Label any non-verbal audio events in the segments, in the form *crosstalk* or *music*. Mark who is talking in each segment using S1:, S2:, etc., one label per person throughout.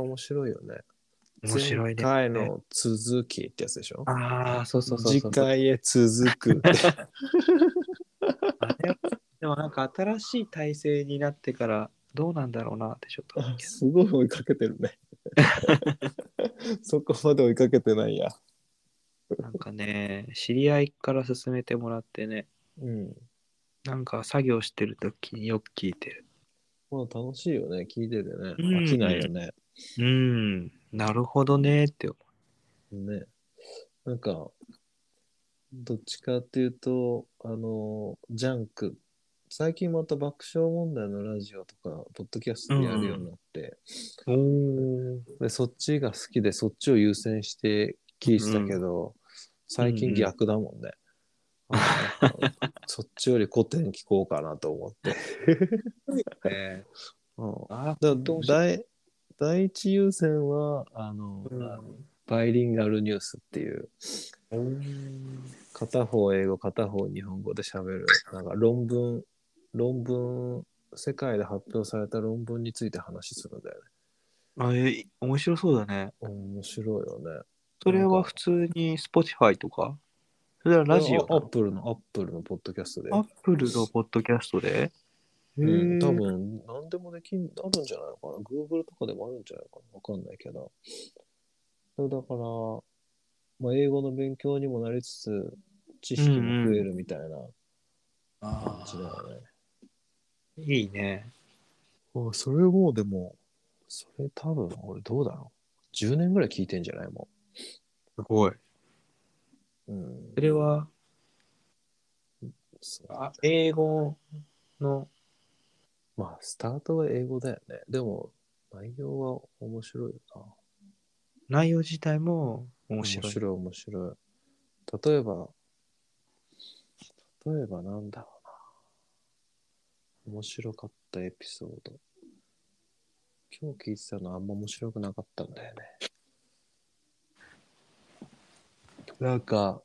S1: 面白いよね。
S2: 面白いね
S1: 前回の続きってやつでしょ
S2: ああ、そうそうそうそう。
S1: 次回へ続くって。
S2: *laughs* あれはでもなんか新しい体制になってからどうなんだろうなってちょっ *laughs* と思うけど。
S1: すごい追いかけてるね。 *laughs* そこまで追いかけてないや。
S2: なんかね、知り合いから勧めてもらってね、
S1: うん。
S2: なんか作業してる時によく聞いてる。
S1: まあ楽しいよね、聞いててね。
S2: うん
S1: 飽きないよね。
S2: うん、なるほどねって思
S1: ね。なんか、どっちかっていうと、あの、ジャンク。最近また爆笑問題のラジオとか、ポッドキャストでやるようになって、
S2: う。お
S1: でそっちが好きで、そっちを優先して聞いてたけど、最近逆だもんね。あの *laughs* そっちより古典聞こうかなと思って。
S2: お。ね、
S1: うん
S2: あ
S1: だ
S2: どうしよ
S1: 第第一優先はあの、
S2: う
S1: バイリンガルニュースっていう
S2: うん
S1: 片方英語片方日本語で喋るなんか論文論文世界で発表された論文について話するんだよね。
S2: あえ面白そうだね。
S1: 面白いよね。
S2: それは普通に Spotify とかそれはラジオ
S1: アップルのアップルのポッドキャストで。
S2: アップルのポッドキャストで
S1: うん、多
S2: へー
S1: 分何でもできんあるんじゃないのかな ?Google とかでもあるんじゃないのかなわかんないけど。そうだから、まあ、英語の勉強にもなりつつ、知識も増えるみたいな感じだよね。
S2: いいね。
S1: あそれもうでも、それ多分俺どうだろう ?10 年ぐらい聞いてんじゃないも
S2: すごい。
S1: ん。うん
S2: そ。れは
S1: そう
S2: あ英語の
S1: まあ、スタートは英語だよね。でも、内容は面白いよな。
S2: 内容自体も面白
S1: 面
S2: い。
S1: 白い面白い例えば例えばなんだろうな面白かったエピソード今日聞いてたのあんま面白くなかったんだよねなんか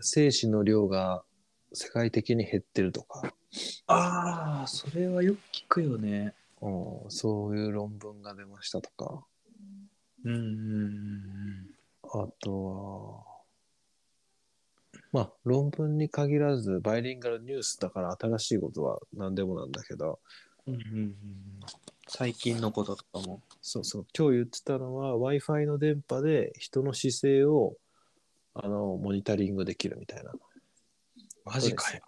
S1: 精子の量が世界的に減ってるとか、
S2: ああ、それはよく聞くよね。
S1: うん、そういう論文が出ましたとか
S2: うんうんうん
S1: あとは、まあ、論文に限らず、バイリンガルニュースだから新しいことは何でもなんだけど、
S2: うん。うんうんうん最近のこととかも。
S1: そうそう、今日言ってたのは Wi-Fi の電波で人の姿勢をあのモニタリングできるみたいな。
S2: マ
S1: ジかよ。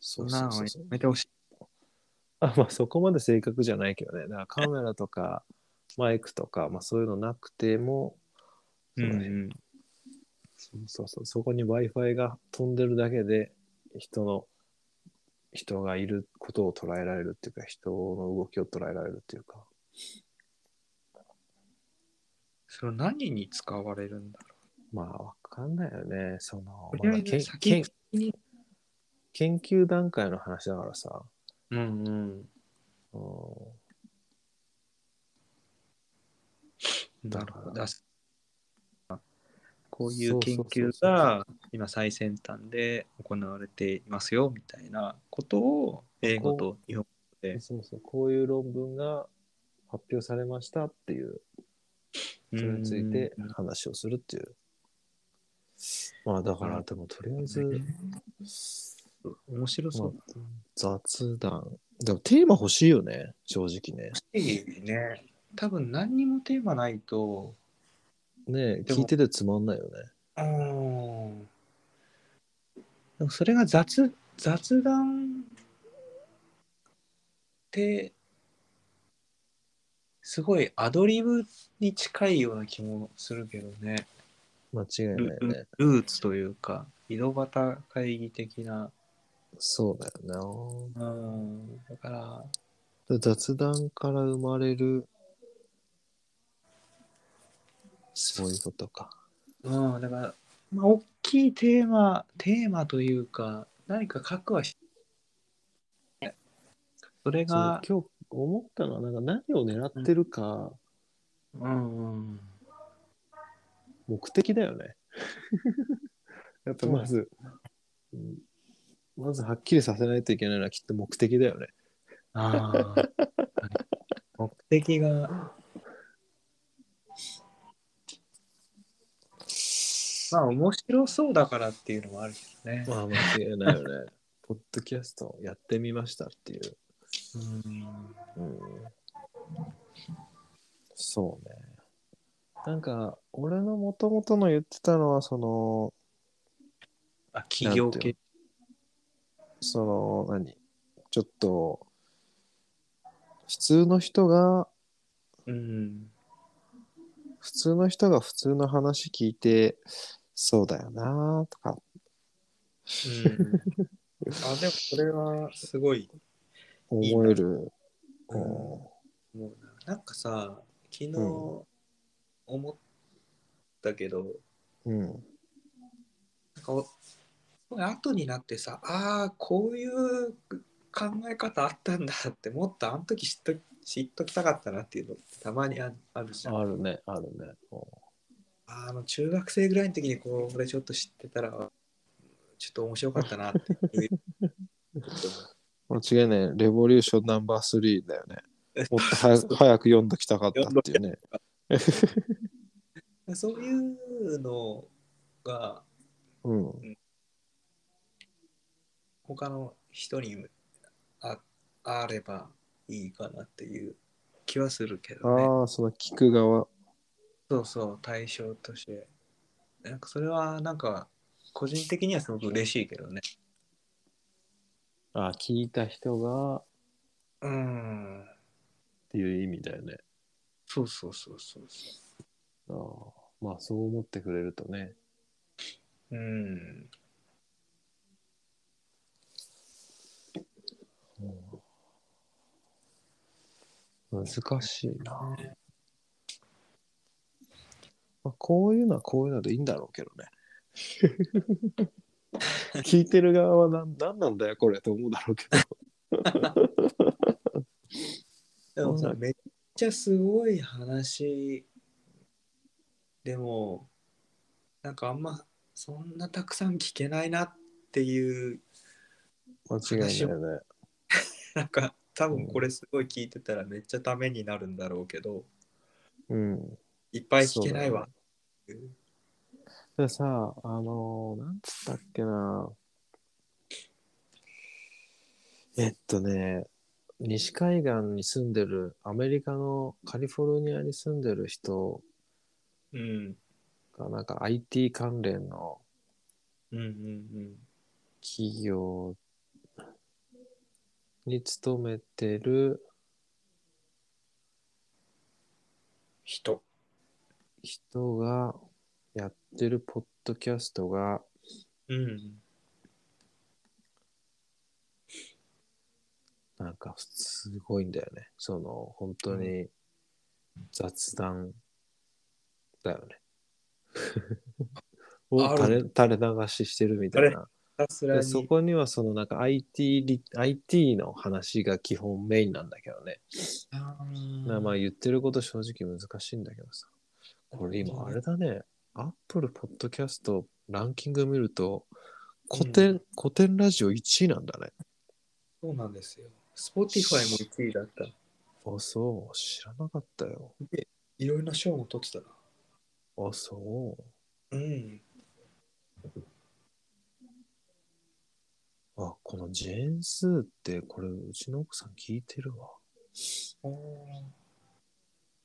S1: そ
S2: そん
S1: うそ
S2: な
S1: うそう
S2: のや
S1: そう。
S2: めてほしい。
S1: あまあ、そこまで正確じゃないけどね。だからカメラとかマイクとか、まあ、そういうのなくても、
S2: う
S1: そうん
S2: うん
S1: そうそうそう、そこに Wi-Fi が飛んでるだけで、人の、人がいることを捉えられるっていうか、人の動きを捉えられるっていうか、
S2: それ何に使われるんだろ
S1: まあ、わかんないよね。その
S2: う。、と
S1: ま
S2: りあ
S1: だけ
S2: えず
S1: ん
S2: 先
S1: けん
S2: に。
S1: 研究段階の話だからさ、
S2: うんうん。
S1: うん、
S2: なるほど。こうい
S1: そううそう
S2: 研
S1: そう
S2: 究が今最先端で行われていますよみたいなことを英語と日本で
S1: そうそう、こういう論文が発表されましたっていう、それについて
S2: うん
S1: 話をするっていう。まあ、だから、でも、とりあえず、
S2: 面白そう
S1: まあ雑談。でもテーマ欲しいよね、正直ね。
S2: いいね。多分何にもテーマないと、
S1: ねえ
S2: でも
S1: 聞いててつまんないよね。
S2: うん。でもそれが雑、雑談って、すごいアドリブに近いような気もするけどね。
S1: 間違いないよね。
S2: ルーツというか、井戸端会議的な。
S1: そうだよ
S2: うん。だから、
S1: な。雑談から生まれる、そういうことか。
S2: うん、だから、まあ、大きいテーマ、テーマというか、何か書くはし、それ
S1: そう
S2: が、
S1: 今日思ったのは、なんか何を狙ってるか、
S2: うんうん、
S1: 目的だよ
S2: *laughs*
S1: ね。やっぱまず、うん
S2: *laughs*
S1: まずはっきりさせないといけないのはきっと目的だよね。
S2: ああ、目的が、まあ面白そうだからっていうのもあるけどね。
S1: まあ、間違いないよね。ポッドキャストやってみましたっていう。
S2: うん
S1: うん。そうね。なんか、俺のもともとの言ってたのは、その、
S2: あ、企業
S1: なんてい
S2: 系。
S1: その、何ちょっと、普通の人が、
S2: うん。
S1: 普通の人が普通の話聞いて、そうだよなとか、
S2: うん、あ、でもそれはすごい
S1: 思える。
S2: うん
S1: うん
S2: 思うな。なんかさ、昨日
S1: う
S2: 思ったけど、
S1: うん。
S2: なんかお後になってさああこういう考え方あったんだってもっとあの時知っと知っときたかったなっていうのってたまにああるじゃんあ
S1: あるね、あるね。
S2: ーあの中学生ぐらいの時にこう俺ちょっと知ってたらちょっと面白かったなっていう
S1: 間違いない。レボリューションナンバー3だよね。もっと早く早く読んどきたかったっていうね。 *laughs*
S2: そういうのが
S1: うん。
S2: 他の人にああればいいかなっていう気はするけどね。
S1: ああ、その聞く側。
S2: そうそう、対象として。なんかそれは、なんか、個人的にはすごく嬉しいけどね。
S1: あ聞いた人がっ
S2: うん。
S1: ていう意味だよね。
S2: そうそうそうそうそ
S1: ああまあ、そう思ってくれるとね。
S2: う。うん。
S1: 難しいな。まあ、こういうのはこういうのでいいんだろうけどね。聞いてる側は何何なんだよこれと思うだろうけど。
S2: でも
S1: そ
S2: さ
S1: う、
S2: めっちゃすごい話。でも、なんかあんま、そんなたくさん聞けないなっていう、
S1: 間違いないよね。
S2: *laughs* なんか、多分これすごい聞いてたらめっちゃためになるんだろうけど、
S1: うん。
S2: いっぱい聞けないわ。うん
S1: でさ、あのーなんつったっけな。えっとね、西海岸に住んでる、アメリカのカリフォルニアに住んでる人
S2: うん。
S1: が、なんか IT 関連の
S2: うんうん
S1: 企業に勤めてる
S2: 人。
S1: 人がやってるポッドキャストが、
S2: うん。
S1: なんかすごいんだよね。その、本当に雑談だよね。 *laughs* を
S2: ある
S1: 垂れ垂れ流ししてるみたいな。
S2: ひたすら
S1: で
S2: に。
S1: そこにはそのなんか IT, リ IT の話が基本メインなんだけどね。
S2: あー
S1: まあまあ言ってること正直難しいんだけどさ。これ今あれだね。Apple Podcast ランキング見ると古典、古典ラジオ1位なんだね。
S2: そうなんですよ。Spotify も1位だった。
S1: あ、そう。知らなかったよ。
S2: いろいろな賞も取ってたな。
S1: あ、そう。
S2: うん。
S1: あ、このジェーンスーって、これ、うちの奥さん聞いてるわ。
S2: あー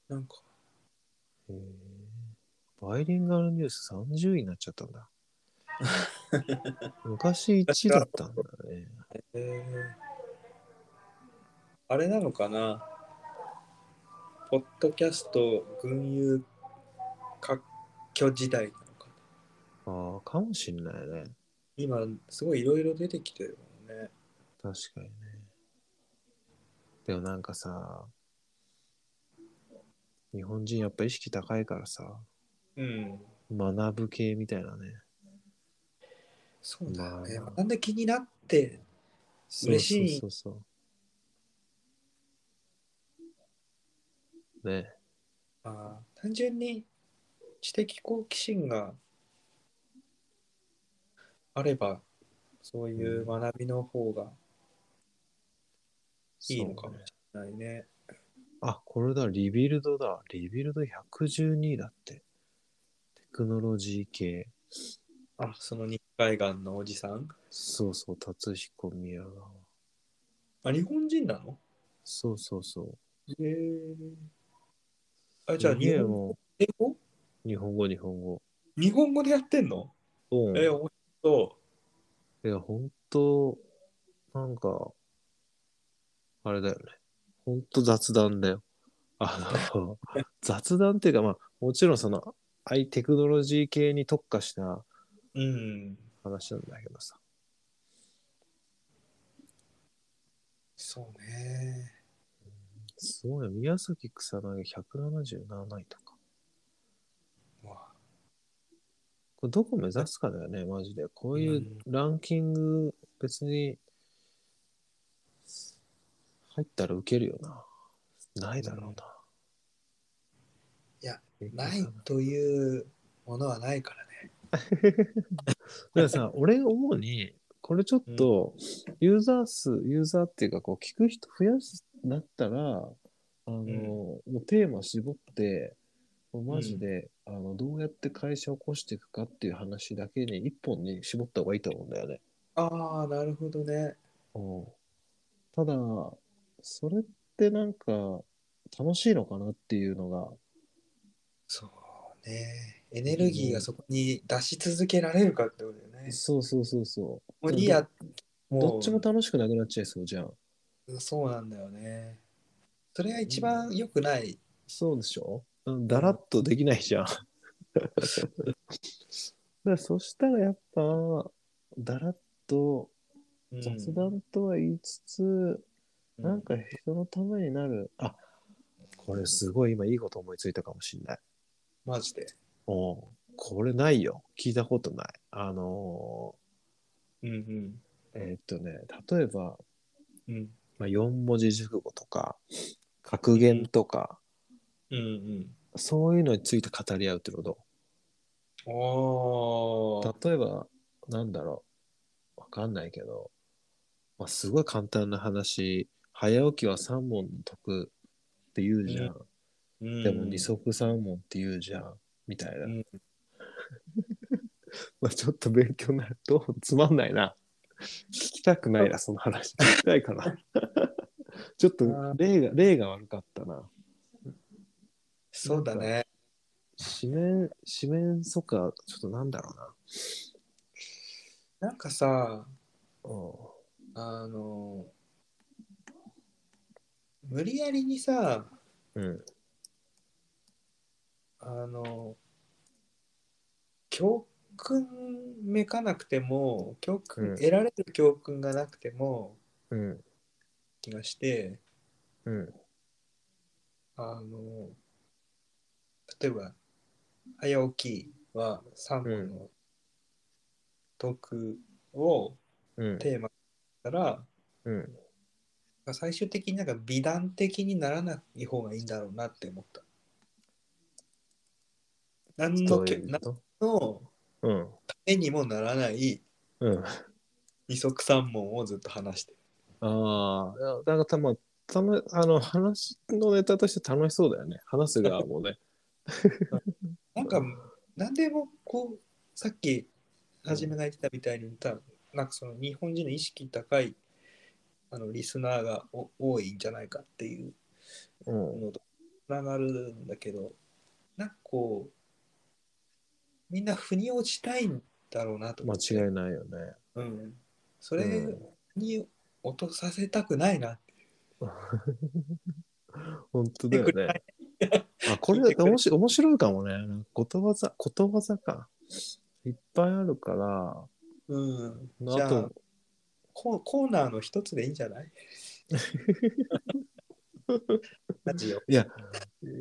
S2: なんか、
S1: へえ。バイリンガルニュース30位になっちゃったん
S2: *laughs*
S1: だ。昔1位だったんだね。
S2: えー、あれなのかなポッドキャスト群雄割拠時代なのかな
S1: ああ、かもしんないね。
S2: 今、すごいいろいろ出てきてるもんね。
S1: 確かにね。でもなんかさ、日本人やっぱ意識高いからさ、
S2: うん。
S1: 学ぶ系みたいなね。
S2: そうだよね。
S1: まあ
S2: なんで気になって、嬉しい
S1: そうそうそうそう。ね。
S2: あー単純に知的好奇心があればそういう学びの方がいいのかもしれないね。
S1: あ、これだ、リビルドだ。リビルド112だって。テクノロジー系。
S2: あ、その日海岸のおじさん。
S1: そうそう、辰彦宮川。
S2: あ、日本人なの
S1: そうそうそう。
S2: へえ。あ、じゃあ日
S1: 日
S2: 本
S1: も
S2: 英語
S1: 日本語、日本語。
S2: 日本語でやってんの
S1: うん
S2: え、面白
S1: いや、本当なんか、あれだよね。本当雑談だよ。あ
S2: *laughs*
S1: の、雑談っていうか、まあ、もちろんその、アイテクノロジー系に特化した
S2: そう。うん。
S1: 話なんだけどさ。
S2: そうね。
S1: すごいよ。宮崎草薙177位とか。
S2: うわ
S1: これどこ目指すかだよね、マジで。こういううんランキング、別に、入ったら受けるよな。ないだろうな。
S2: いや、ないというものはないからね。
S1: だからさ、俺思うに、これちょっと、ユーザー数、ユーザーっていうか、こう、聞く人増やすんだったら、あの、
S2: ん
S1: もうテーマ絞って、もうマジで、あの、どうやって会社を起こしていくかっていう話だけに、一本に絞った方がいいと思うんだよね。
S2: ああ、なるほどね。
S1: うん、ただ、それってなんか、楽しいのかなっていうのが、
S2: そうね。エネルギーがそこに出し続けられるかってことだよね。
S1: そうそうそうそう。
S2: もういいや、もう
S1: どっちも楽しくなくなっちゃいそうじゃん。
S2: そうなんだよね。それが一番良くない。
S1: そうでしょうんだらっとできない
S2: *laughs*
S1: じゃん。だからそしたらやっぱ、だらっと
S2: うん
S1: 雑談とは言いつつ、
S2: うん
S1: なんか人のためになる。あこれすごい今いいこと思いついたかもしんない。
S2: マジで。
S1: おうこれないよ。聞いたことない。あの
S2: うんうん。
S1: ーえーっとね、例えば、
S2: うん
S1: まあ、4文字熟語とか、格言とか、
S2: うんうん。
S1: そういうのについて語り合うってこと。
S2: おー
S1: 例えば、なんだろう。わかんないけど、まあ、すごい簡単な話、早起きは3問解くって言うじゃん。でも二足3問って言うじゃん。みたいな。
S2: うん
S1: *laughs* まあちょっと勉強になると、つまんないな。聞きたくないな、その話。聞きたいかな。 *laughs* ちょっと例が、例が悪かったな。
S2: そうだね。
S1: 四面、四面楚歌、ちょっとなんだろ
S2: なんかさ、
S1: うな。うん
S2: あの、無理やりにさ、
S1: うん。
S2: あの、教訓めかなくても、教
S1: う
S2: 訓、
S1: ん
S2: 得られる教訓がなくても、
S1: うん。
S2: 気がして、
S1: うん。
S2: あの、例えば、早起きは3本の得を
S1: うん。
S2: テーマだから、
S1: うん。
S2: 最終的になんか美談的にならない方がいいんだろうなって思った。何のけ何
S1: と
S2: の
S1: うん。
S2: ためにもならない
S1: うん。
S2: 二足三問をずっと話してる。
S1: ああ、いやなんかたま、たま、あの、話のネタとして楽しそうだよね。話す側も *laughs* ね。
S2: なんか何でもこうさっきはじめが言ってたみたいに多分なんかその日本人の意識高いあのリスナーがお多いんじゃないかっていう
S1: うん。
S2: のとつながるんだけどなんかこうみんな腑に落ちたいんだろうなと思
S1: 間
S2: って
S1: 違いないよね。
S2: うん、それ
S1: うん
S2: に落とさせたくないなって
S1: 本当だよ
S2: 聞い
S1: ね。あ、これ面白い面白いかもね。なんか言葉ざ、言葉ざか。いっぱいあるから、
S2: うん、じ
S1: あ
S2: ゃあ
S1: と、
S2: ココーナーの一つでいいんじゃ *laughs* ないラジオ
S1: いや、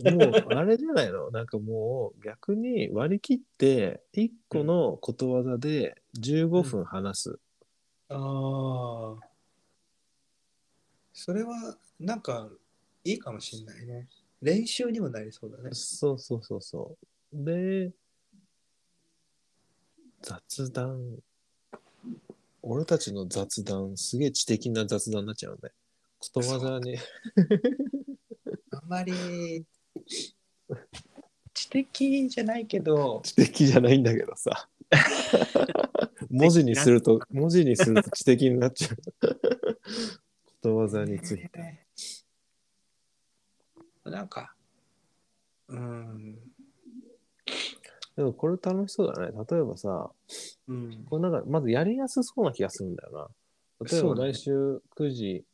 S1: もうあれじゃないの *laughs* なんかもう逆に割り切って、1個のことわざで15分話す。
S2: ああ。それは、なんか、いいかもしんないね。練習にもなりそうだね。
S1: そうそうそうそう。で、雑談。俺たちの雑談、すげえ知的な雑談になっちゃうね。ことわざに。
S2: あんまり知的じゃないけど
S1: 知的じゃないんだけどさ文字にすると文字にすると *laughs* 知的になっちゃうことわざについて
S2: なんかうん
S1: でもこれ楽しそうだね例えばさ
S2: うん
S1: これなんかまずやりやすそうな気がするんだよな例え
S2: そ
S1: ば
S2: うだね
S1: 来週9時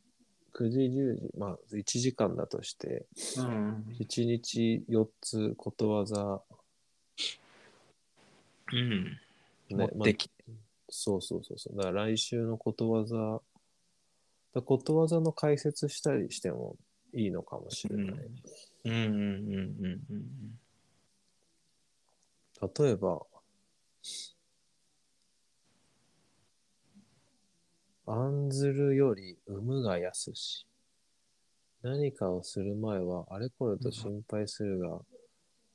S1: 9時10時まあ1時間だとして
S2: うん
S1: 1日4つことわざ、
S2: うん持
S1: ね
S2: っ
S1: まあ
S2: てきて
S1: そうそうそうそう。だから来週のことわざ、だからことわざの解説したりしてもいいのかもしれない。
S2: うんうんうんうんうんうん
S1: 例えば、案ずるより産むが安し。何かをする前はあれこれと心配するが、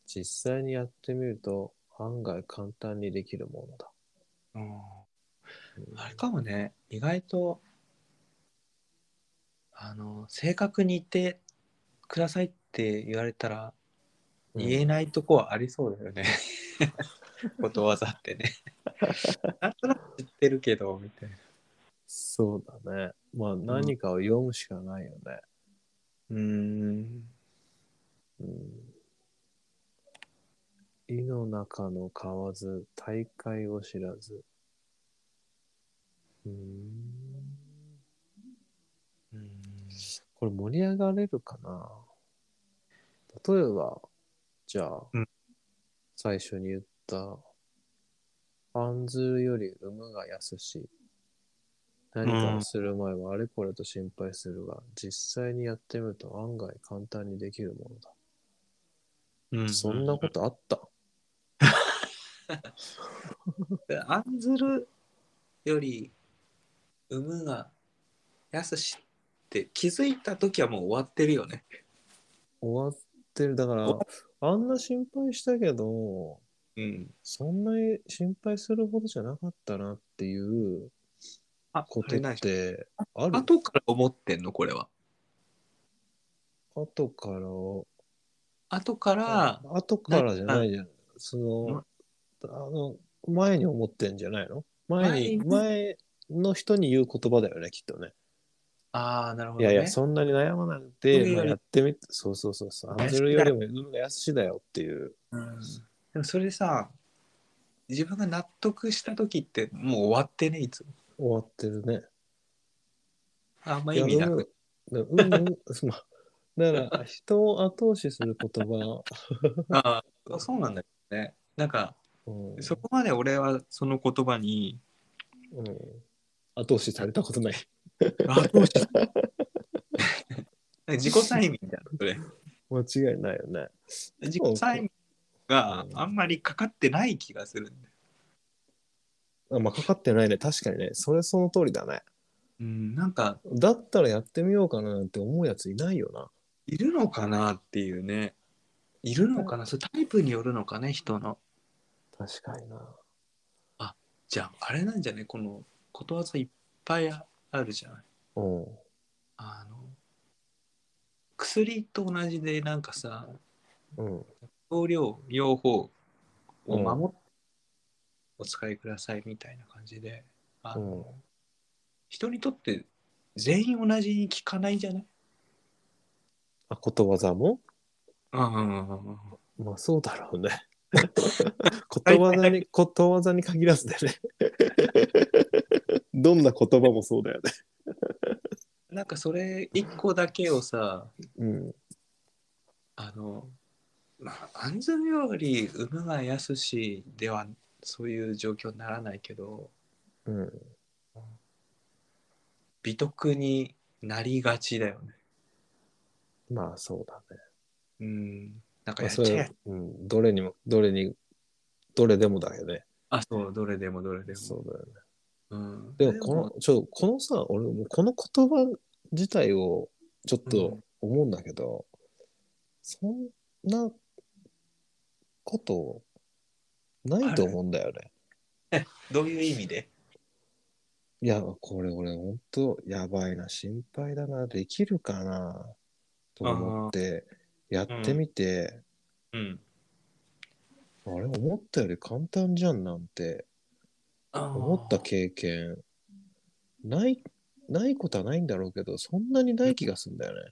S1: 実際にやってみると案外簡単にできるものだ。
S2: うんあれかもね意外とあの正確に言ってくださいって言われたら
S1: うん
S2: 言えないとこはありそうだよ *laughs* ね、ことわざって *laughs* ねなんとなく知ってるけどみたいな
S1: そうだね。まあ何かを読むしかないよね。
S2: うーん
S1: 井の中の蛙、大海を知らず。うーん
S2: うん
S1: これ盛り上がれるかな例えば、じゃあ、
S2: うん
S1: 最初に言った、案ずるより産むが安し。何かをする前はあれこれと心配するが、実際にやってみると案外簡単にできるものだ。
S2: うん
S1: そんなことあった
S2: 案ずるより産むが安しって気づいた時はもう終わってるよね
S1: 終わってる。だから
S2: 終わ、
S1: あんな心配したけど、
S2: うん
S1: そんなに心配するほどじゃなかったなっていう
S2: あ
S1: こ
S2: ことれ
S1: っ
S2: ない
S1: てある
S2: 後から思ってんのこれは
S1: 後から、
S2: 後から
S1: 後からじゃないじゃん。その
S2: な、
S1: あの、前に思ってんじゃないの前に、
S2: 前
S1: 前の人に言う言葉だよね、きっとね。
S2: ああなるほ
S1: い
S2: ど、
S1: や
S2: ね、
S1: いや、そんなに悩まなく
S2: それよ
S1: て、
S2: り
S1: まあやってみて、そうそうそうそう、案ずるよりも運が安しだよっていう。
S2: うんでもそれさ自分が納得した時ってもう終わってねいつも
S1: 終わってるね。
S2: あんま意味なく
S1: いや。うん、うんうんうん *laughs* まあだから、人を後押しする言葉。
S2: ああそうなんだよねなんか
S1: うん
S2: *laughs* そこまで俺はその言葉に
S1: うん、後押しされたことない。
S2: あどうした *laughs* なんか自己催眠だそれ
S1: *laughs* 間違いないよね。
S2: 自己催眠が
S1: うん
S2: あんまりかかってない気がするんだよ、
S1: あまあ、かかってないね。確かにね。それその通りだね。
S2: うん、なんか
S1: だったらやってみようかななんて思うやついないよな。
S2: いるのかなっていうねいるのかなそれタイプによるのかね人の
S1: 確かにな。
S2: じゃああれなんじゃねこのことわざいっぱいあるじゃない
S1: うん。
S2: あの薬と同じでなんかさ
S1: うん。
S2: 用量用法を守ってお使いくださいみたいな感じであの、
S1: うん
S2: 人にとって全員同じに聞かないんじゃない
S1: あ、ことわざも
S2: うんうんうんうん
S1: まあ、そうだろう *laughs* ね。ことわざに、ことわざに限らずだよね。 *laughs* どんな言葉もそうだよね。
S2: なんかそれ一個だけをさ
S1: うん。
S2: あのまあ安住より産むが安しではそういう状況にならないけど
S1: うん。
S2: 美徳になりがちだよね。
S1: まあ、そうだね。
S2: うん。なん
S1: ま
S2: かや
S1: あ、
S2: っ
S1: そ
S2: ちゃえ
S1: れ、うん、どれにも、どれに、どれでもだよね。
S2: あ、そう、どれでもどれでも。
S1: そうだよね。
S2: うん、
S1: でも、この、ちょ、このさ、俺、もうこの言葉自体を、ちょっと思うんだけど、そんなこと、ないと思うんだよね。
S2: どういう意味で
S1: いや、これ俺、ほんと、やばいな、心配だな、できるかな、と思って、やってみて、
S2: うん。
S1: あれ思ったより簡単じゃんなんて思った経験ないないことはないんだろうけどそんなにない気がするんだよ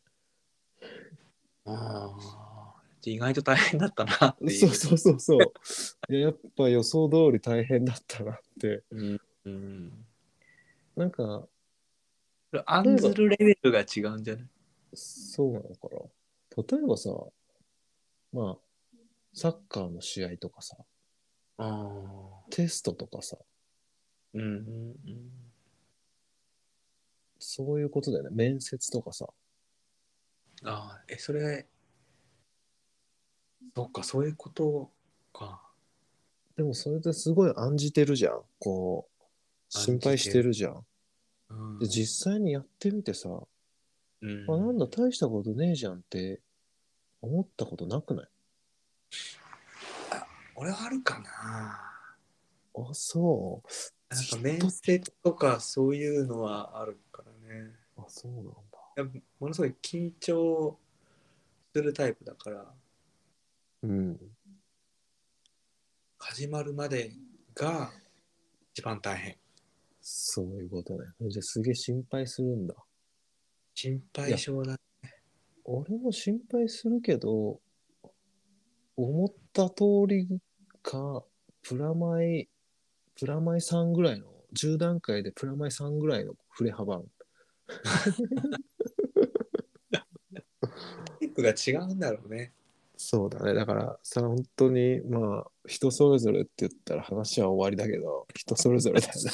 S2: あー意外と大変だったなって
S1: ね。
S2: いう。
S1: そうそうそうそう。いややっぱ予想通り大変だったなって。
S2: うん。うん。
S1: なんか
S2: アンズルレベルが違うんじゃない
S1: そうなのかな。例えばさまあサッカーの試合とかさ
S2: ああ。
S1: テストとかさ
S2: うんうん
S1: そういうことだよね面接とかさ
S2: うん。ああ、え、それ、そっか、そういうことか。
S1: でもそれですごい案じてるじゃんこう心配してるじゃん。
S2: うん
S1: で実際にやってみてさ、
S2: うん
S1: あなんだ大したことねえじゃんって思ったことなくない
S2: 俺はあるかな。
S1: あそう
S2: なんか面接とかそういうのはあるからね。
S1: あそうなんだ
S2: いやものすごい緊張するタイプだから、
S1: うん
S2: 始まるまでが一番大変。
S1: そういうことねじゃあすげえ心配するんだ
S2: 心配性だ。
S1: 俺も心配するけど思った通りかプラマイプラマイ3ぐらいの10段階でプラマイ3ぐらいの振れ幅
S2: タイプが違うんだろうね。
S1: そうだね。だからさ、本当に、まあ、人それぞれって言ったら話は終わりだけど、人それぞれだよね。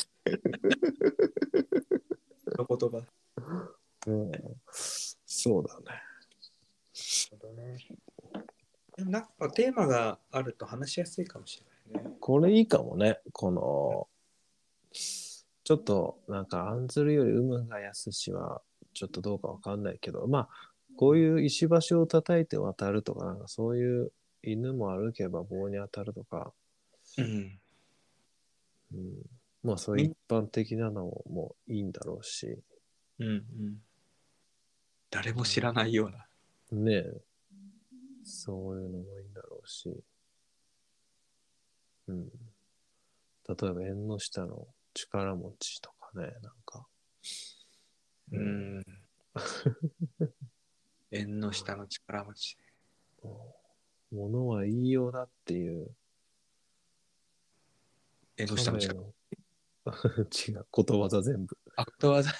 S2: の言葉。
S1: *laughs* うん、そうだね。
S2: でもなんかテーマがあると話しやすいかもしれないね。
S1: これいいかもね。この、ちょっと、なんか、案ずるより有無が安しは、ちょっとどうかわかんないけど、まあ、こういう石橋を叩いて渡るとか、なんかそういう犬も歩けば棒に当たるとか、
S2: うん。
S1: うん、まあ、そういう一般的なのもいいんだろうし、
S2: うんうん。誰も知らないような。
S1: ねえ。そういうのもいいんだろうし。うん。例えば縁の下の力持ちとかね、なんか。
S2: う。ん。縁の下の力持ち。
S1: ものは言いようだっていう。
S2: 縁の下の力。
S1: 亀の *laughs* 違う、ことわざ全
S2: *laughs*
S1: 部。
S2: アクトワザ。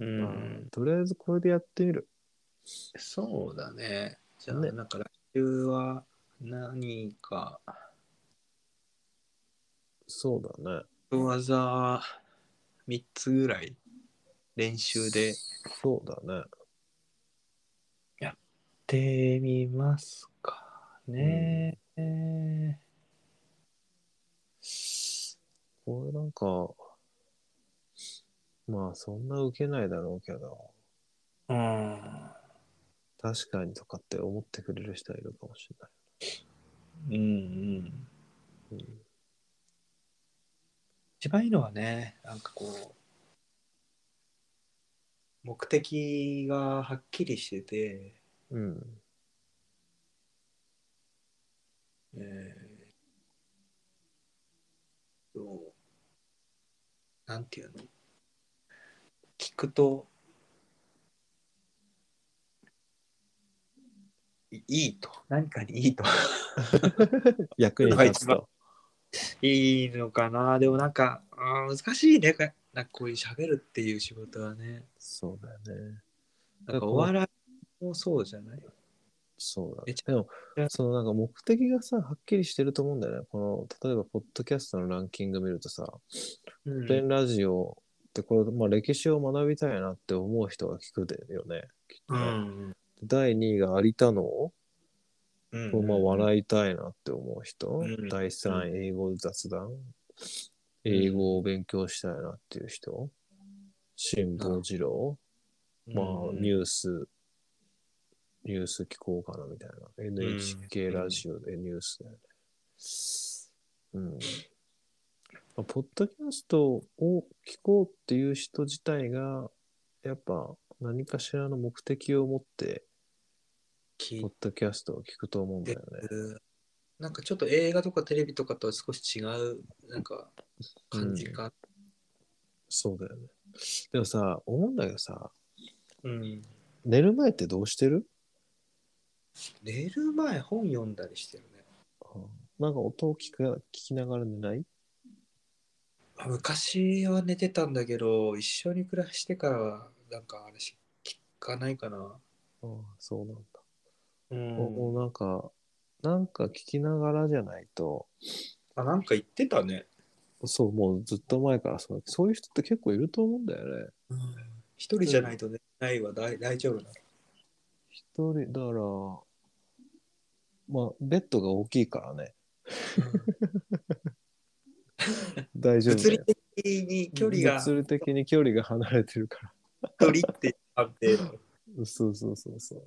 S2: う
S1: まあ。とりあえずこれでやってみる。
S2: そうだね。じゃあ、
S1: ね
S2: なんか来週は何か、
S1: そうだね。
S2: 技3つぐらい練習で
S1: そうだね。
S2: ってみますかね。うん
S1: これなんか、まあそんな受けないだろうけど、確かにとかって思ってくれる人はいるかもしれない。
S2: うんうん
S1: うん
S2: 一番いいのはね、なんかこう、目的がはっきりしてて、
S1: うん。
S2: えー、となんていうの聞くといいいと何かにいいと *laughs*
S1: 役に立つと。
S2: いいのかなでもなんかあー難しいねかなんかこういう喋るっていう仕事はね
S1: そうだよね。
S2: なんかお笑いもそうじゃない
S1: そうだ
S2: め
S1: ね
S2: ち。
S1: でも、そのなんか目的がさ、はっきりしてると思うんだよね。この、例えば、ポッドキャストのランキング見るとさ、
S2: う
S1: プ
S2: ん
S1: レーンラジオってこれ、まあ歴史を学びたいなって思う人が聞くでよね。きっと
S2: う
S1: ね
S2: ん
S1: 第2位が有田のを、
S2: うん
S1: まあ笑いたいなって思う人。
S2: ん
S1: 第3位、英語雑談。英語を勉強したいなっていう人。辛坊二郎。まあ、ニュース、ニュース聞こうかなみたいな。NHK ラジオでニュースだよね。うん。まあポッドキャストを聞こうっていう人自体が、やっぱ何かしらの目的を持って、
S2: 聞い
S1: ポッドキャストを聞くと思うんだ
S2: て
S1: よね。
S2: るなんかちょっと映画とかテレビとかとは少し違うなんか感じか、
S1: そうだよね。でもさ、思うんだけどさ、
S2: うん、
S1: 寝る前ってどうしてる
S2: 寝る前本読んだりしてるね
S1: なんか音を聞く聞きながら寝ない
S2: あ昔は寝てたんだけど一緒に暮らしてからはなんかあれし聞かないかな
S1: ああ、そうなんだ。
S2: うん
S1: もうなんか、なんか聞きながらじゃないと、
S2: あなんか言ってたね、
S1: そう、もうずっと前からそう、そういう人って結構いると思うんだよね。
S2: 一人じゃないと寝ないは大大丈夫なの
S1: 一人、だから、まあ、ベッドが大きいからね。大丈夫
S2: 物
S1: だ
S2: 理
S1: よ。
S2: 的に距離が
S1: 物理的に距離が離れてるから。
S2: 距離って判定なの
S1: そうそうそうそう。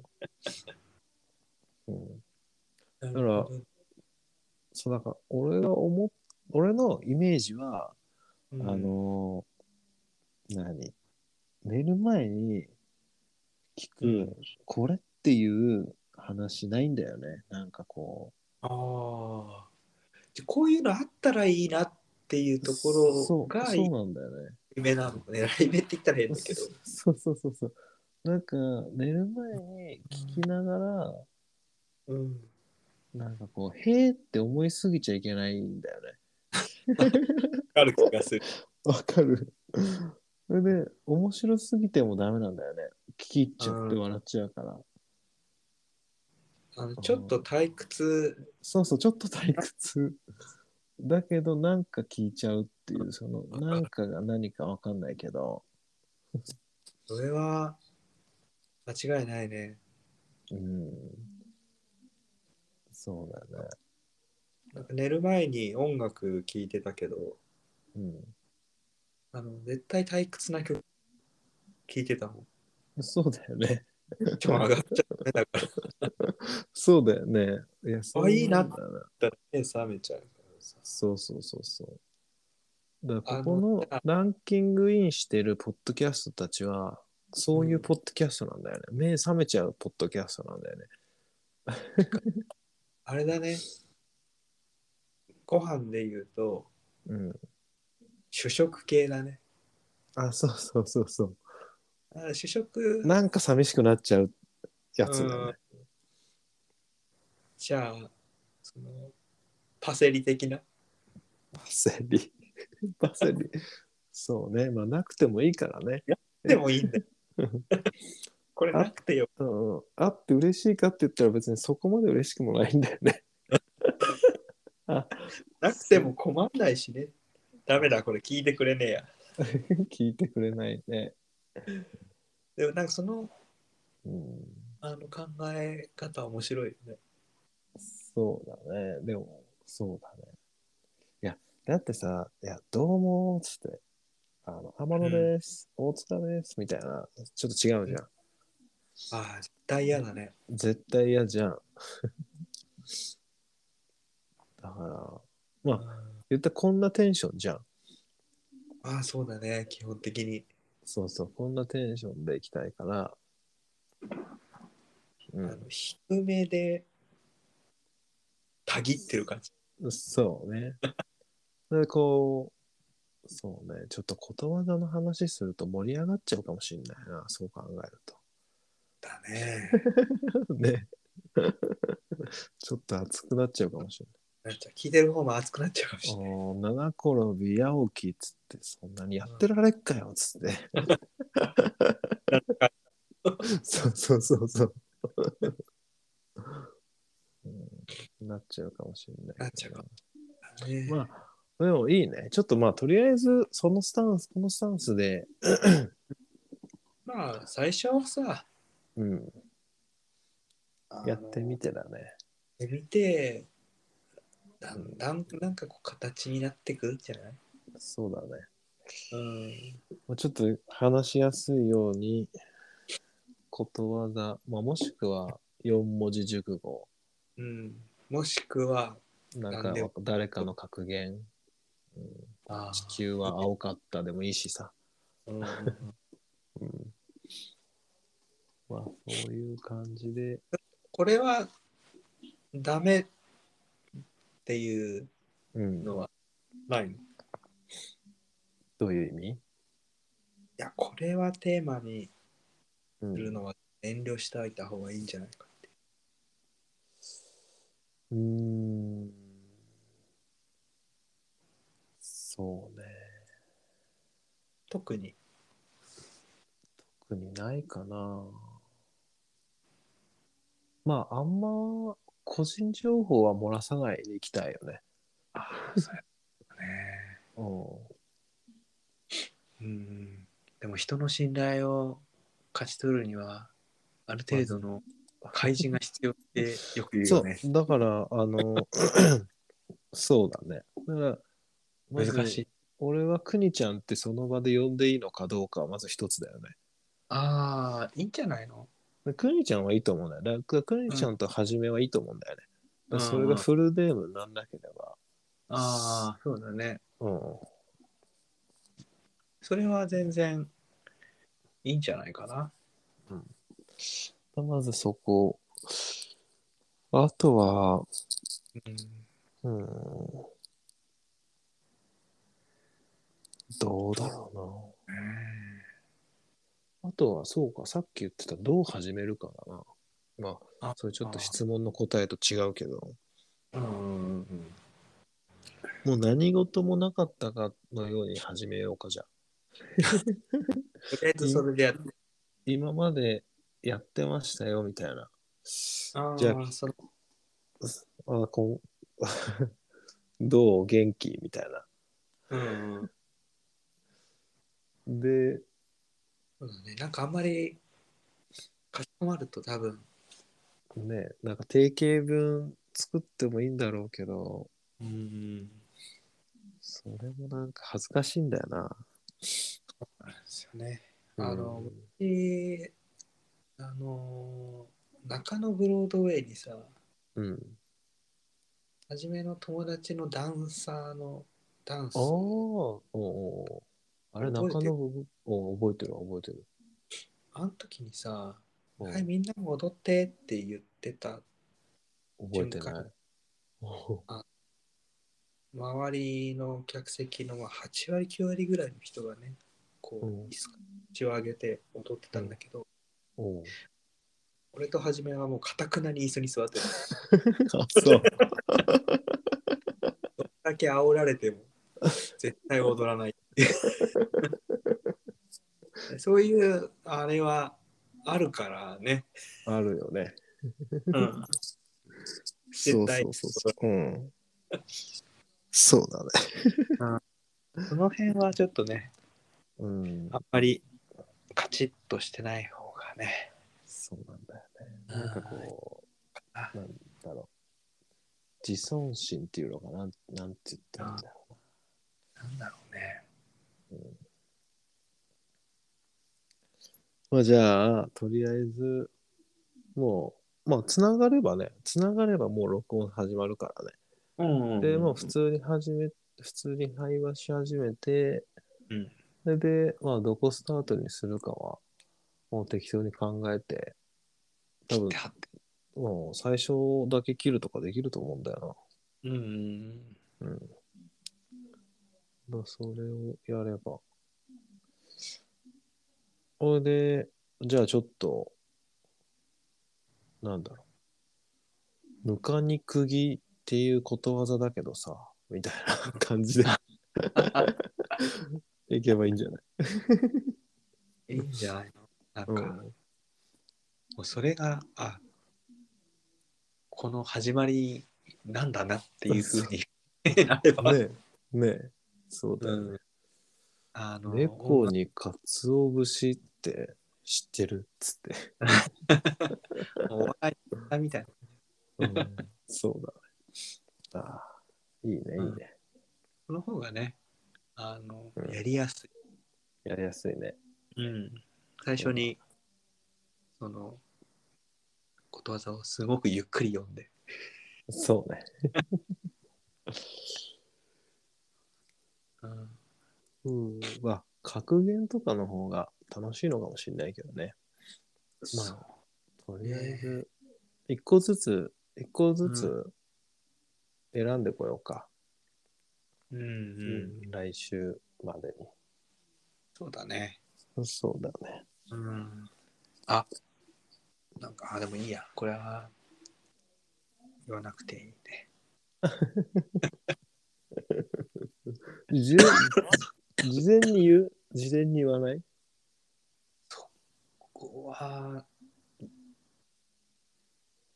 S1: うん、
S2: だ
S1: からそう、なんか、俺が思っ、俺のイメージは、あのー何寝る前に聞く、
S2: うん
S1: これっていう話ないんだよね。なんかこ
S2: ああじゃこういうのあったらいいなっていう
S1: う。
S2: ところ
S1: そう
S2: が
S1: そう
S2: 狙
S1: なんだよね。
S2: い目なのね狙い目って言ったら変だけど
S1: そう *laughs* そうそうそう。なんか寝る前に聞きながら、
S2: うん
S1: なんかこう、へーって思いすぎちゃいけないんだよね。
S2: ある気がする
S1: わかる。 *laughs* それで、面白すぎてもダメなんだよね。聞き入っちゃって笑っちゃうから。
S2: あのちょっと退屈
S1: そうそう、ちょっと退屈。だけど、なんか聞いちゃうっていう、その、なんかが何かわかんないけど、
S2: それは間違いないね
S1: うん。そうだね。
S2: なんか寝る前に音楽聴いてたけど
S1: う
S2: あの絶対退屈な曲聴いてたもん
S1: ん。そうだよね。
S2: ちょっと上がっちゃってたから
S1: そうだよね。いや、そうなんだよね。
S2: 目覚めちゃうからさ
S1: そうそうそうそう。だから
S2: あの
S1: ここのランキングインしてるポッドキャストたちは、そういううんポッドキャストなんだよね。目覚めちゃうポッドキャストなんだよね。
S2: あれだねご飯で言うと
S1: うん。
S2: 主食系だね
S1: あ、そうそうそうそう。
S2: だから主食
S1: なんか寂しくなっちゃうやつだよね。
S2: じゃあそのパセリ的な
S1: パセリ。 *laughs* パセリ。そうね。まあ、なくてもいいからね。
S2: でもいいんだよこれなくてよ
S1: うんうん。あって嬉しいかって言ったら別にそこまで嬉しくもないんだよね。 *laughs*
S2: なくても困んないしねダメだこれ聞いてくれねえや
S1: 聞いてくれないね。
S2: でもなんかその
S1: うん。
S2: あの考え方面白いよね
S1: そうだね。でも、そうだね。いや、だってさ、いや、どうも、つって、あの、天野です、大塚です、みたいな、ちょっと違うじゃん。
S2: ああ絶対嫌だね
S1: 絶対嫌じゃん。 *laughs* だから、あ言ったらこんなテンションじゃん。
S2: ああそうだね基本的に
S1: そうそう、こんなテンションでいきたいから。
S2: あの低めでたぎってる感じ
S1: うん、そうね。で、こう、そうね、ちょっとことわざの話すると盛り上がっちゃうかもしれないな、そう考える
S2: だ
S1: *laughs*
S2: ね
S1: と。ね。ちょっと熱くなっちゃうかもしれ
S2: なんか聞いてる方も熱くなっちゃうかもしれ
S1: な。
S2: ないい
S1: おー七転び八起きっつって、そんなにやってられっかよ、つって。 *laughs* そうそうそうそう。うん、なっちゃうかもしれないけど。
S2: なっちゃうかもね
S1: まあ、でもいいね。ちょっとまあ、とりあえず、そのスタンス、このスタンスで、
S2: まあ最初はさ
S1: うん、やって
S2: み
S1: みてだね。
S2: てみてだんだんなんかこう形になってくんじゃない
S1: そうだね。
S2: うん
S1: もうちょっと話しやすいように、ことわざ、まあ、もしくは4文字熟語、
S2: うんもしくは
S1: なん
S2: な
S1: か
S2: んでも
S1: 誰かの格言、
S2: あー
S1: 地球は青かったでもいいしさ。
S2: うん
S1: うんまあ、そういう感じで、
S2: これはダメっていう
S1: うん、
S2: のはないのい
S1: どういう意味
S2: や、これはテーマに
S1: う
S2: する
S1: ん
S2: のは遠慮しておいた方がいいんじゃないかって。
S1: うーん。そうね。
S2: 特に。
S1: 特にないかな。まあ、あんま個人情報は漏らさないでいきたいよね。
S2: ああ、そうやね。
S1: う
S2: うん。でも人の信頼を勝ち取るには、ある程度の開示が必要ってよく言
S1: ん、
S2: う
S1: そ
S2: よね。
S1: う、だから、あの、 *clears throat* そうだね。だから、まず
S2: 難しい。
S1: 俺はくにちゃんってその場で呼んでいいのかどうかはまず一つだよね。
S2: ああ、いいんじゃないの
S1: でくにちゃんはいいと思うんだよ。だからくにちゃんとはじめはいいと思うんだよね。だからそれがフルネームになんなければ。
S2: ああ、そうだね。
S1: うん。
S2: それは全然いいんじゃないかな。
S1: まずそこ。あとは、
S2: うん、
S1: うん。どうだろうな。あとは、そうか、さっき言ってた、どう始めるかだな。まあ
S2: あ、
S1: それちょっと質問の答えと違うけど、
S2: うんうん
S1: もう何事もなかったかのように始めようか、じゃあ
S2: とりあえずそれでやって。
S1: 今までやってましたよ、みたいな。
S2: あ
S1: じゃ
S2: あ、その
S1: あ、こん *laughs* どう元気みたいな。
S2: うんうん
S1: で、
S2: そうだね。なんかあんまりかしこまると多分、
S1: ね、なんか定型文作ってもいいんだろうけど、
S2: うん、
S1: それもなんか恥ずかしいんだよな。
S2: あれですよね。
S1: うん
S2: あの、えあの中野ブロードウェイにさ、
S1: うん。
S2: 初めの友達のダンサーのダンス
S1: ああ、おうおうあれ、
S2: 覚え
S1: 中
S2: て
S1: 野部、お覚えてる、覚えてる。
S2: あの時にさ、
S1: うん
S2: はい、みんなも踊ってって言ってた
S1: 覚えてな
S2: 瞬
S1: い。おう
S2: 周りの客席のまあ8割9割ぐらいの人がねこう
S1: うん
S2: 椅子口を上げて踊ってたんだけど、
S1: おう
S2: 俺とはじめはもうかたくなに椅子に座って
S1: *laughs*
S2: た
S1: あ、そう。
S2: だけ煽られて *laughs* も絶対踊らない *laughs* そういうあれはあるからね、
S1: あるよね。
S2: うん、
S1: そう
S2: 絶
S1: そ
S2: 対
S1: うそうそう。うん。そうだね。
S2: その辺はちょっとね
S1: うん
S2: あ。んまりカチッとしてない方がね
S1: そうなんだよね。なんかこ
S2: あ
S1: う、なんだろう。自尊心っていうのかな、なんなんて言ったらいいんだろう。
S2: なんだろうね
S1: まあじゃあ、とりあえず、もう、まあ、つながればね、つながればもう録音始まるからね。
S2: うん
S1: で、もう普通に始め、普通に会話し始めて、
S2: うん
S1: それで、まあ、どこスタートにするかは、もう適当に考えて、多分
S2: 切って、貼って
S1: もう最初だけ切るとかできると思うんだよ
S2: うん
S1: な。まあ、それをやれば。それで、じゃあちょっと、なんだろう。ぬかに釘っていうことわざだけどさ、みたいな感じでいけばいいんじゃない
S2: いいんじゃないのなんか、
S1: うん
S2: もうそれが、あこの始まりなんだなっていうふう *laughs* になれば、
S1: ねえ、ねえ、そうだ
S2: う
S1: よね。
S2: ん、あの
S1: 猫にかつお節って知ってるっつって。
S2: お笑いみたいな。
S1: うん、そうだね。ああ、いいね、いいね。
S2: その方がね、あの
S1: うん
S2: やりやす
S1: やりやすいね。
S2: い。うん、最初に、その、ことわざをすごくゆっくり読んで。
S1: そうね。
S2: うん、
S1: うん。まあ、格言とかの方が楽しいのかもしれないけどね。
S2: そう
S1: とりあえず、一個ずつ、一個ずつ選んでこようか。
S2: うんうん、
S1: 来週までに。
S2: そうだね。
S1: そうだね。
S2: うん。あ、なんか、あ、でもいいや。これは、言わなくていいんで。
S1: 事前事前に言う事前に言わない
S2: ここは、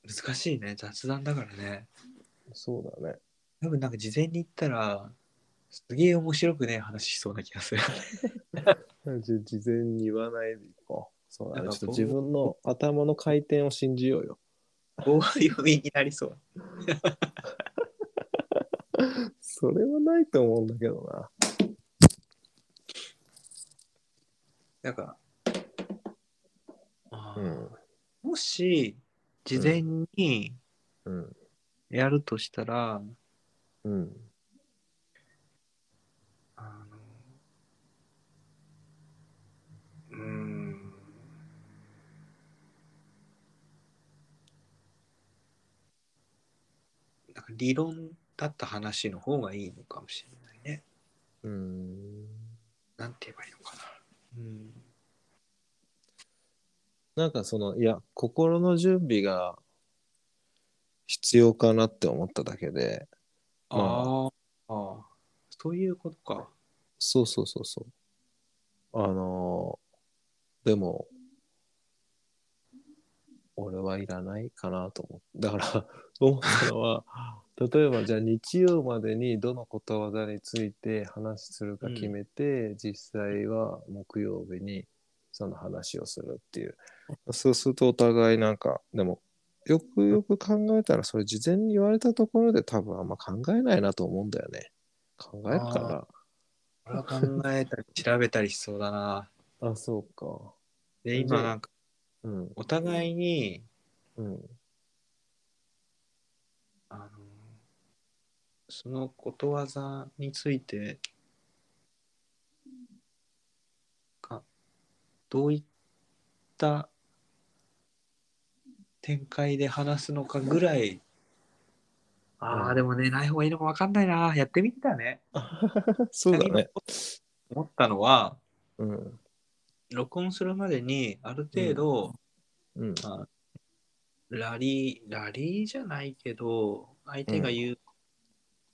S2: 難しいね。雑談だからね。
S1: そうだね。
S2: 多分なんか事前に言ったら、すげえ面白くねえ話しそうな気がする。 *laughs*
S1: じゃあ事前に言わないでいこう。そうだね。
S2: なん
S1: ちょ
S2: か
S1: っと自分の頭の回転を信じようよ。
S2: 大読みになりそう。
S1: それはないと思うんだけどな。
S2: なんか、あー
S1: うん。
S2: もし、事前に
S1: うん。
S2: やるとしたら、
S1: うん。
S2: あの、うーん。なんか理論だった話の方がいいのかもしれないね。
S1: うん。
S2: なんて言えばいいのかな。うん。
S1: なんかその、いや、心の準備が必要かなって思っただけで、まあ
S2: ああ、そういうことか。
S1: そうそうそうそう。あのーでも、俺はいらないかなと思って。だから、 *laughs* 思ったのは、例えばじゃあ日曜までにどのことわざについて話するか決めて、実際は木曜日にその話をするっていう。そうするとお互いなんか、でも、よくよく考えたら、それ事前に言われたところで多分あんま考えないなと思うんだよね。考えるかな。
S2: これは考えたり調べたりしそうだ *laughs* な。
S1: あ、そうか。
S2: で、今なんか、
S1: うん、
S2: お互いに、
S1: うん、
S2: あの、そのことわざについて、か、どういった展開で話すのかぐらい、ああ、でもね、ない方がいいのか分かんないな。やってみたね。
S1: *laughs* そうだね。
S2: 思ったのは、
S1: うん、
S2: 録音するまでにある程度、
S1: うん、
S2: まあ、ラリー、ラリーじゃないけど、相手が言う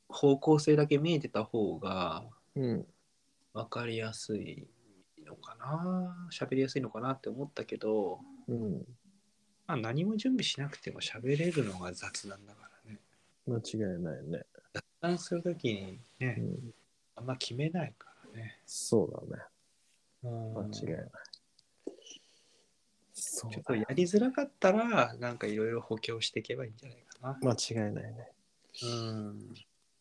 S2: 方向性だけ見えてた方が
S1: うん、
S2: 分かりやすいのかな、喋りやすいのかなって思ったけど、
S1: うん、
S2: まあ、何も準備しなくても喋れるのが雑談だからね。
S1: 間違いないね。
S2: 雑談するときにね
S1: う、ん、
S2: あんま決めないからね。
S1: そうだね。間
S2: うん
S1: 違いない。そう
S2: ちょっ
S1: だ
S2: とやりづらかったら、なんかいろいろ補強していけばいいんじゃないかな。
S1: 間違いないね。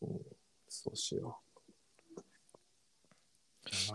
S2: うん。
S1: そうしよう。